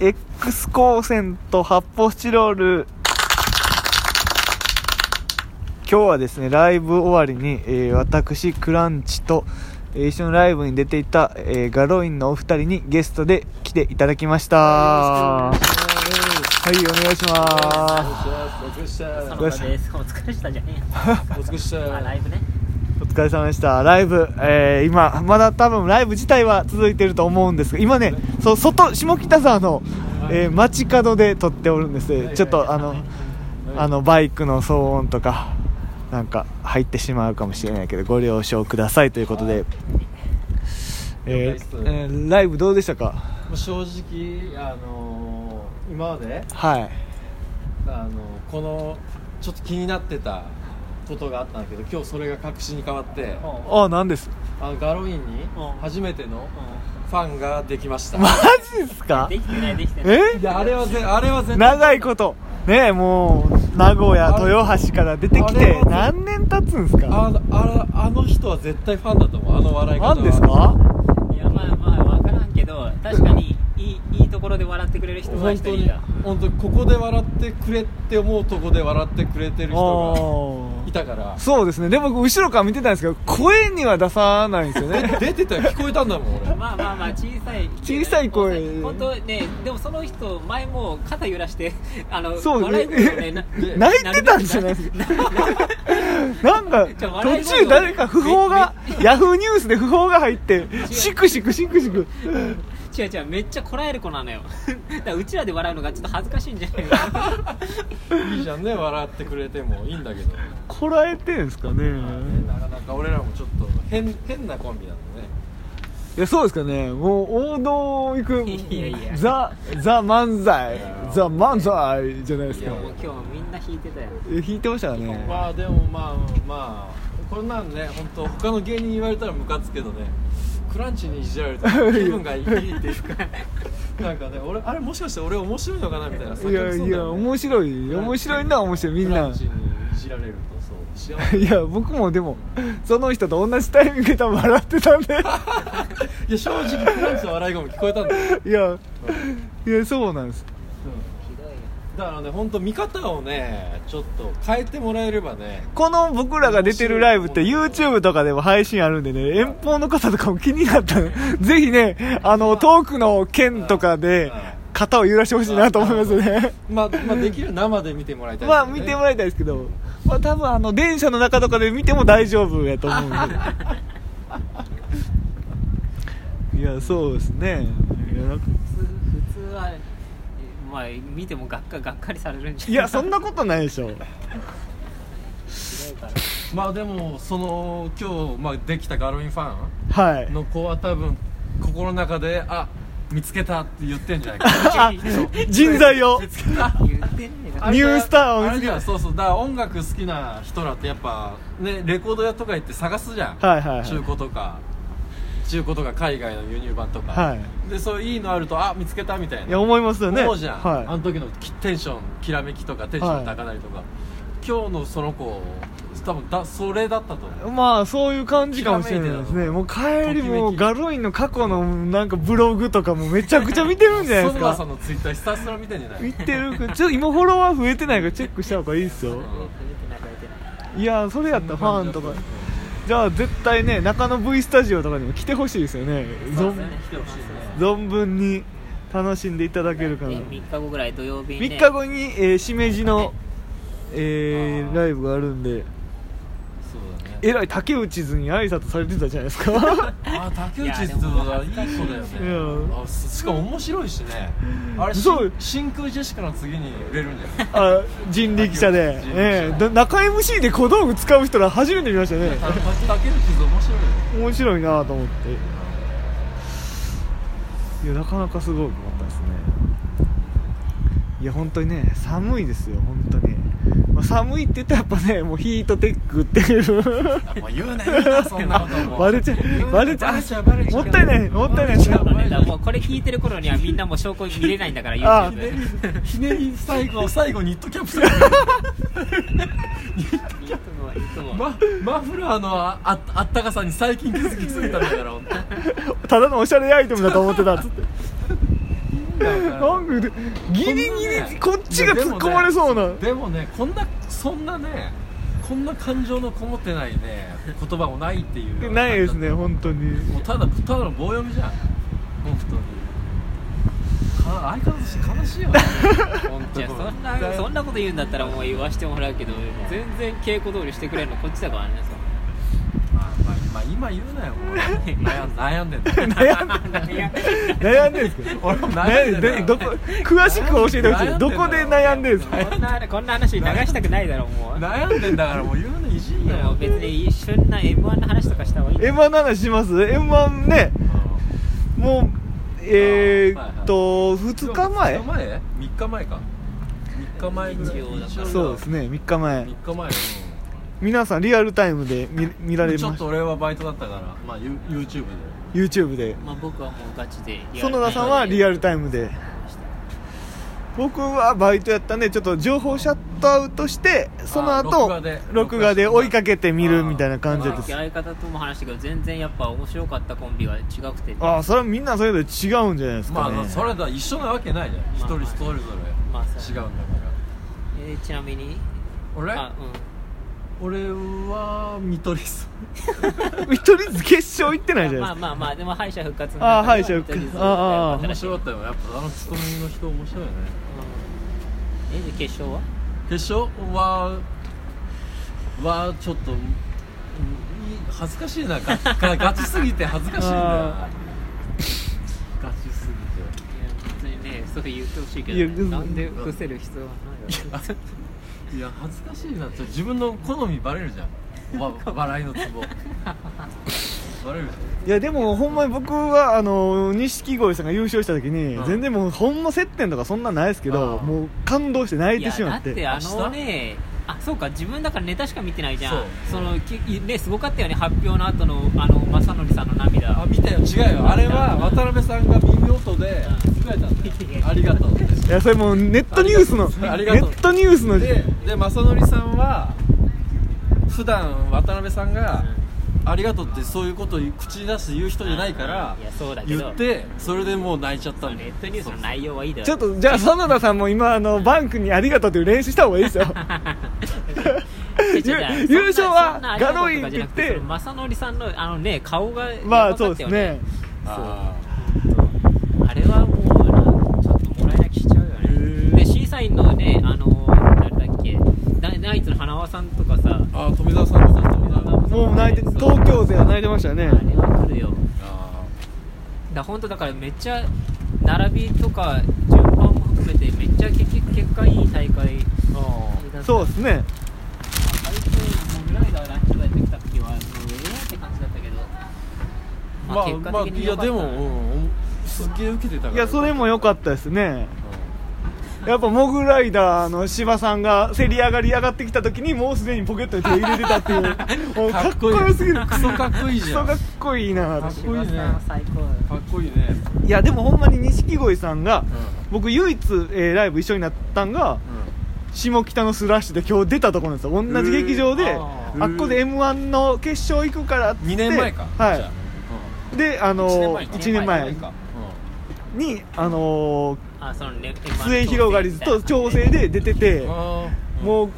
X 光線と発泡スチロール今日はですねライブ終わりに、えー私クランチと、えー一緒のライブに出ていた、えーガロインのお二人にゲストで来ていただきましたはおいお願いしま疲れした疲れ様田です。お疲れしたじゃねお疲れしえよ。あ、ラたイブね。すお疲れ様でしたライブ、えー今まだ多分ライブ自体は続いてると思うんですが今ねそう外下北沢の、えー街角で撮っておるんですはいちょっはいとあの、あのバイクの騒音とかなんか入ってしまうかもしれないけどご了承くださいということで、えーえーライブどうでしたかまあ正直あのー今まではいあのーこのちょっと気になってたことがあったんだけど今日それが確信に変わっておあ何ですあのガロインにうん初めてのファンができましたマジですかできてない、できてない。えいやあれはぜあれは絶対長いことねえもう名古屋豊橋から出てきあれては何年経つんですかあのあのあの人は絶対ファンだと思うあの笑い方は何ですかいや、まあまあ、わからんけど、確かに、いい、いいところで笑ってくれる人は本一当人いにた。本当にここで笑ってくれって思うとこで笑ってくれてる人があいーたからそうですねで僕後ろから見てたんですけど声には出さないんですよね え出てたよ聞こえたんだもん俺まあまあまあ、小さい。小さい声本当ね、でもその人、前も肩揺らして、あの、そう笑ねい声をね、な泣いてたんじゃないですかなんかちょ途笑い声中誰か不法がヤフーニュースで不法が入ってうシクシクシクシク違う違う、めっちゃこらえる子なのよ。だからうちらで笑うのがちょっと恥ずかしいんじゃないかな。いいじゃんね笑ってくれてもいいんだけどこらえてんすかねなかなか俺らもちょっと変変なコンビなんだねいやそうですかねもう王道を行くいやいやザ・ザ漫才ザ漫才じゃないですいやかも今日みんな引いてたよ。え弾いてましたねまあでもまあまあこんなんね本当他の芸人に言われたらムカつくけどねクランチにいじられると気分がいいっていうかなんかね俺あれもしかして俺面白いのかな みたいないやいや面白い面白いな面白いみんクラなンチにいじられると そう幸せいや僕もでもその人と同じタイミングで多分笑ってたんでいや正直クランチの笑い声も聞こえたんだよ、いやいやそうなんですひどいよ。だからね本当見方をねちょっと変えてもらえればねこの僕らが出てるライブって YouTube とかでも配信あるんでね遠方の方とかも気になったらぜひねあの遠くの県とかで肩を揺らしてほしいなと思いますね まあ、まあ、できる生で見てもらいたい、まあ見てもらいたいですけどまあ多分あの電車の中とかで見ても大丈夫やと思 うんでいやそうですねいやなんか普通普通はえまあ見てもがっかがっかりされるんじゃないいやそんなことないでしょひどいからまあでもその今日、まあ、できたガロインファはいンの子は多分心の中であ見つけたって言ってんじゃないかなあ人材を見つけた言ってんねえニュースターを見つけたあれじゃそうそうだから音楽好きな人らってやっぱねレコード屋とか行って探すじゃん、はいはいはい中古とか中古とか海外の輸入版とか、はでそういいのあるとあ見つけたみたいないや思いますよね思うじゃん、あはの時のきテンションきらめきとかテンション高鳴りとか、今日のその子多分だそれだったと思ういまあそういう感じかもしれないですねもう帰りもときめきガロインの過去のなんかブログとかもめちゃくちゃ見てるんじゃない です園田さかんのツイッターひたすら見てんじゃない見てるちょっと今フォロワー増えてないからチェックした方がいいですよいやそれやったらファンとかじゃあ絶対ね中野 V スタジオとかにも来てほしいですよねそう存ね来てほしいね存分に楽しんでいただけるかな3日後ぐらい土曜日に、ね、 3日後に、えー、しめじの、えー、ライブがあるんでそうだねえらい竹内図に挨拶されてたじゃないですか あ竹内ってのがいい子だよいねあすしかも面白いしねあれしそう真空ジェシカの次に売れるんじ ゃないあ人力車で、竹内図ええだ中 MC で小道具使う人ら初めて見ましたねた竹内図面白いよ面白いなと思っていやなかなかすごいと思ったですねいや本当にね寒いですよ本当に、まあ、寒いって言ったらやっぱねもうヒートテックって いうあもう言うな言うなそんなこともバレちゃうバレちゃうバレちゃうバレちゃうもったいないもったいないですねそうだねだからもうこれ聞いてる頃にはみんなもう証拠見れないんだからあ YouTube ひねり最後最後ニットキャップするいつもいつもママフラーのあああったかさに最近気づきすぎたんだから本 当ただのおしゃれアイテムだと思ってたっつってだよなこんかギリギこんなねリこっちが突っ込まれそうな、れでもねこんなそんなねこんな感情のこもってないね言葉もないっていうようないですねも本当 にうただただの棒読みじゃん本当にか相変わらず悲しいよ ね本当じゃあそんなそんなこと言うんだったらもう言わしてもらうけど全然稽古通りしてくれるのこっちだからねまあまあまあ今言うなよもう 悩ん悩んでんだ 悩んで悩んでるんですか俺も悩ん悩んでんだでよるどこ詳しく教えてほし悩んでんだよいどこで悩んでるんですそかんなこんな話流したくないだろもう悩んでんだからもう言うのいじんいなやもよう別に一緒にな m 1の話とかした方がいい M1 の話します M1 ねもうえー、っと2日前2日前 ?3 日前か3日前ぐらい日曜だからそうですね3日前3日前よ皆さんリアルタイムで見見られちょまっしとた俺はバイトだったからまあユ YouTube で YouTube でまあ僕はもうガチで園田さんはリアルタイムで僕はバイトやったんでちょっと情報シャットアウトしてそのあ録後画で録画で追いかけて見るみたいな感じさでっきす相方とも話したけど全然やっぱ面白かったコンビが違くてねああそれはみんなそれぞれ違うんじゃないですまかね、あそれだ一緒なわけないじゃん一まあ人まあ一人ぞれ違まあそううんだからえーちなみに俺あうん俺は見取り図見取り図決勝行ってないじゃまなあいでまあまあでも敗者復活あー敗者復活あーあー面白かったよやっぱあのツッコミの人面白いよねえで決勝は決勝ははちょっとうんい恥ずかしいなガガガチすぎて恥ずかしいんだ よなあガチすぎいや別にねそう言ってほしいけいやどね、でもなんで伏せる必要はないよていや恥ずかしいなちょ自分の好みバレるじゃんわ 笑いのツボバレるじすかいやでもほんまに僕はあの錦鯉さんが優勝した時に、うん全然もうほんま接点とかそんなないですけど、うんもう感動して泣いてしまっいてやだってあのねあそうか自分だからネタしか見てないじゃんそうそのきねすごかったよね発表の後のあの正則さんの涙ゃんあ見たよ違うよあれは渡辺さんが耳音でつぶやいたんだよありがとうっていやそれもうネットニュースのありネがとうットニュースのでで正則さんは普段渡辺さんが「ありがとう」ってそういうことを口に出して言う人じゃないからいやそうだけど言ってそれでもう泣いちゃったそんうだネよットニュースの内容はいいだろちょっとじゃあ園田さんも今あのバンクに「ありがとう」という練習した方がいいですよ違う違う違う優勝はそんなそんなガロインって言ってその正則さんのあのね顔がまやばあそかうったでよすねああれはもうなちょっともらい泣きしちゃうよねで審査員のねあの誰だっけナナイツの花輪さんとかさーあー富澤さんのあもう泣いて東京勢は泣いてましたねあれは来るよあだ本当だからめっちゃ並びとか順番も含めてめっちゃ結局結果いい大会だったそうですね最初モグライダーランチョダやってきた時はもうええって感じだったけどまあ結果まあ的いにや良かっでたもうんすっげえ受けてたからいやそれも良かったですねやっぱモグライダーの芝さんが競り上がり上がってきた時にもうすでにポケットに手入れてたっていう もうかっこよすぎるクソかっこいいクじソゃんかっかっこいいなかっこいいね柴田は最高こいいねいやでもほんまに錦鯉さんが、ん僕唯一、えーライブ一緒になったんが下北のスラッシュで今日出たところなんですよ同じ劇場で、へーあっこで m 1の決勝行くからっつって2年前かじゃはあいであうんの一1年一前かにあのあそのねー末広がりずと調整で出てて、うんあーもう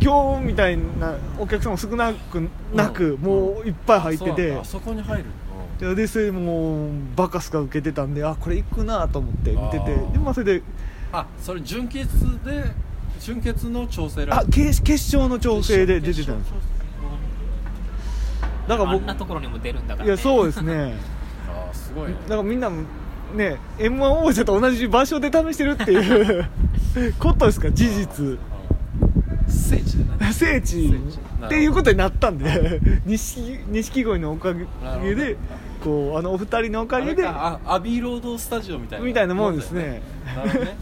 今日みたいなお客さんも少なくなく、うんもういっぱい入っててあそうなんだあそこに入るででそれでもうバカスカ受けてたんであこれ行くなと思って見てあてーで、まあ、それであそれ純潔で純潔の調整ライあブ決決勝の調整で出てたんです決勝だからあ僕んなところにも出るんだから、いね、やそううですねあーすごいねだからみんなもね m 1王者と同じ場所で試してるっていう ことですか事実聖地でね聖地聖地っていうことになったんで錦錦鯉のおかげなでるこうあのお二人のおかあげれでかあアビーロードスタジオみたいなみたいなもんですねなるほどね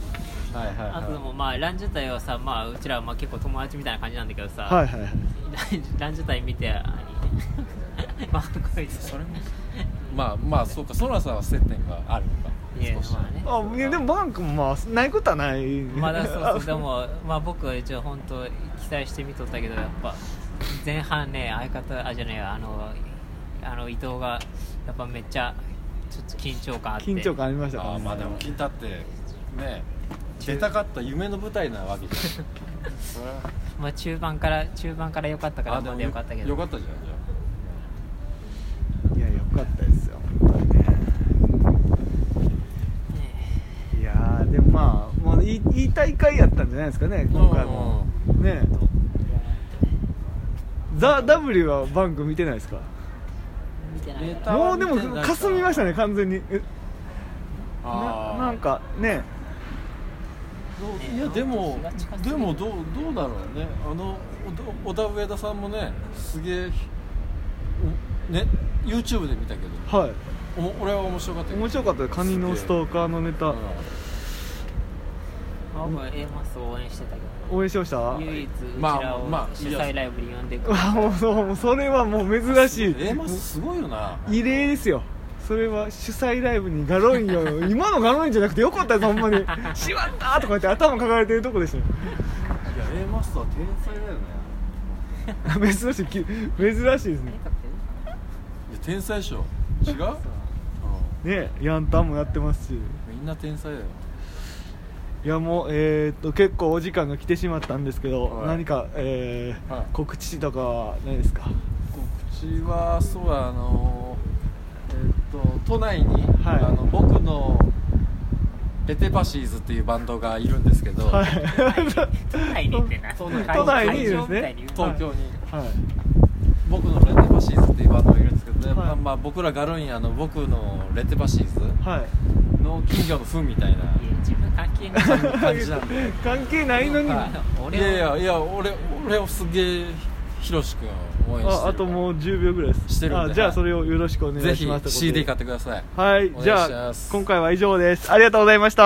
はいはいあとではもまあランジャタイはさまあうちらはまあ結構友達みたいな感じなんだけどさ、はいはいはいランジャタイ見てあいいね まあこいいつそれもまあまあそうかソラさんは接点があるのかいや少しまあねあいやでもバンクもまあないことはないまあだそうそうであもまあ僕は一応本当期待してみとったけどやっぱ前半ね相方あじゃねえわあのあの伊藤がやっぱめっちゃちょっと緊張感あって緊張感ありましたからあーねまあでも聞いたってね出たかった夢の舞台なわけじゃんそれはまあ中盤から中盤から良かったからま だ良かったけどよかったじゃんじゃいやよかったですよ本当にねねいやーでもまあもういいいい大会やったんじゃないですかね今回もねえ「ザ・ w はバンク見てないですか見てないネからタもうは見でてもないからかすみましたね完全にえあなーなんかねどういやでも気が近すでぎるもどうどうだろうねあのお小田上田さんもねすげえおね YouTube で見たけどはおも俺は面白かったいけど面白かったよカニのストーカーのネタ青森 A マスを応援してたけど応援しました唯一うちまあらをまあ主催ライブに呼ん でくれわもうそうもうそれはもう珍しい A マスすごいよな異例ですよそれは主催ライブにガロインよ 今のガロインじゃなくてよかったですほんまに「しまった!」とか言って頭抱えてるとこでしたよ いや A マスは天才だよね珍しいき珍しいですねいや天才でしょ違う、うんねヤンタンもやってますしみんな天才だよいやもうえー、っと結構お時間が来てしまったんですけど、はい何か、えーはい告知とかはないですか告知はそうだあのえっと都内に、はいあの僕のペテパシーズっていうバンドがいるんですけど、はい都内にってな都内会都内に会場みたいにですね東京に、はい僕のレテパシーズっていうバンドがいるんですけど、ねはいまあ、まあ僕らガロインあの僕のレテパシーズはいの金魚の糞みたいいや自分関係ない感じなんで関係ないのに、は ない 俺はやいやいや俺俺をすげえひろし君を応援してるああともう10秒ぐらいですしてるんであじゃあはいそれをよろしくお願ぜいしひますということで CD 買ってくださいはいお願いしますじゃあ今回は以上ですありがとうございました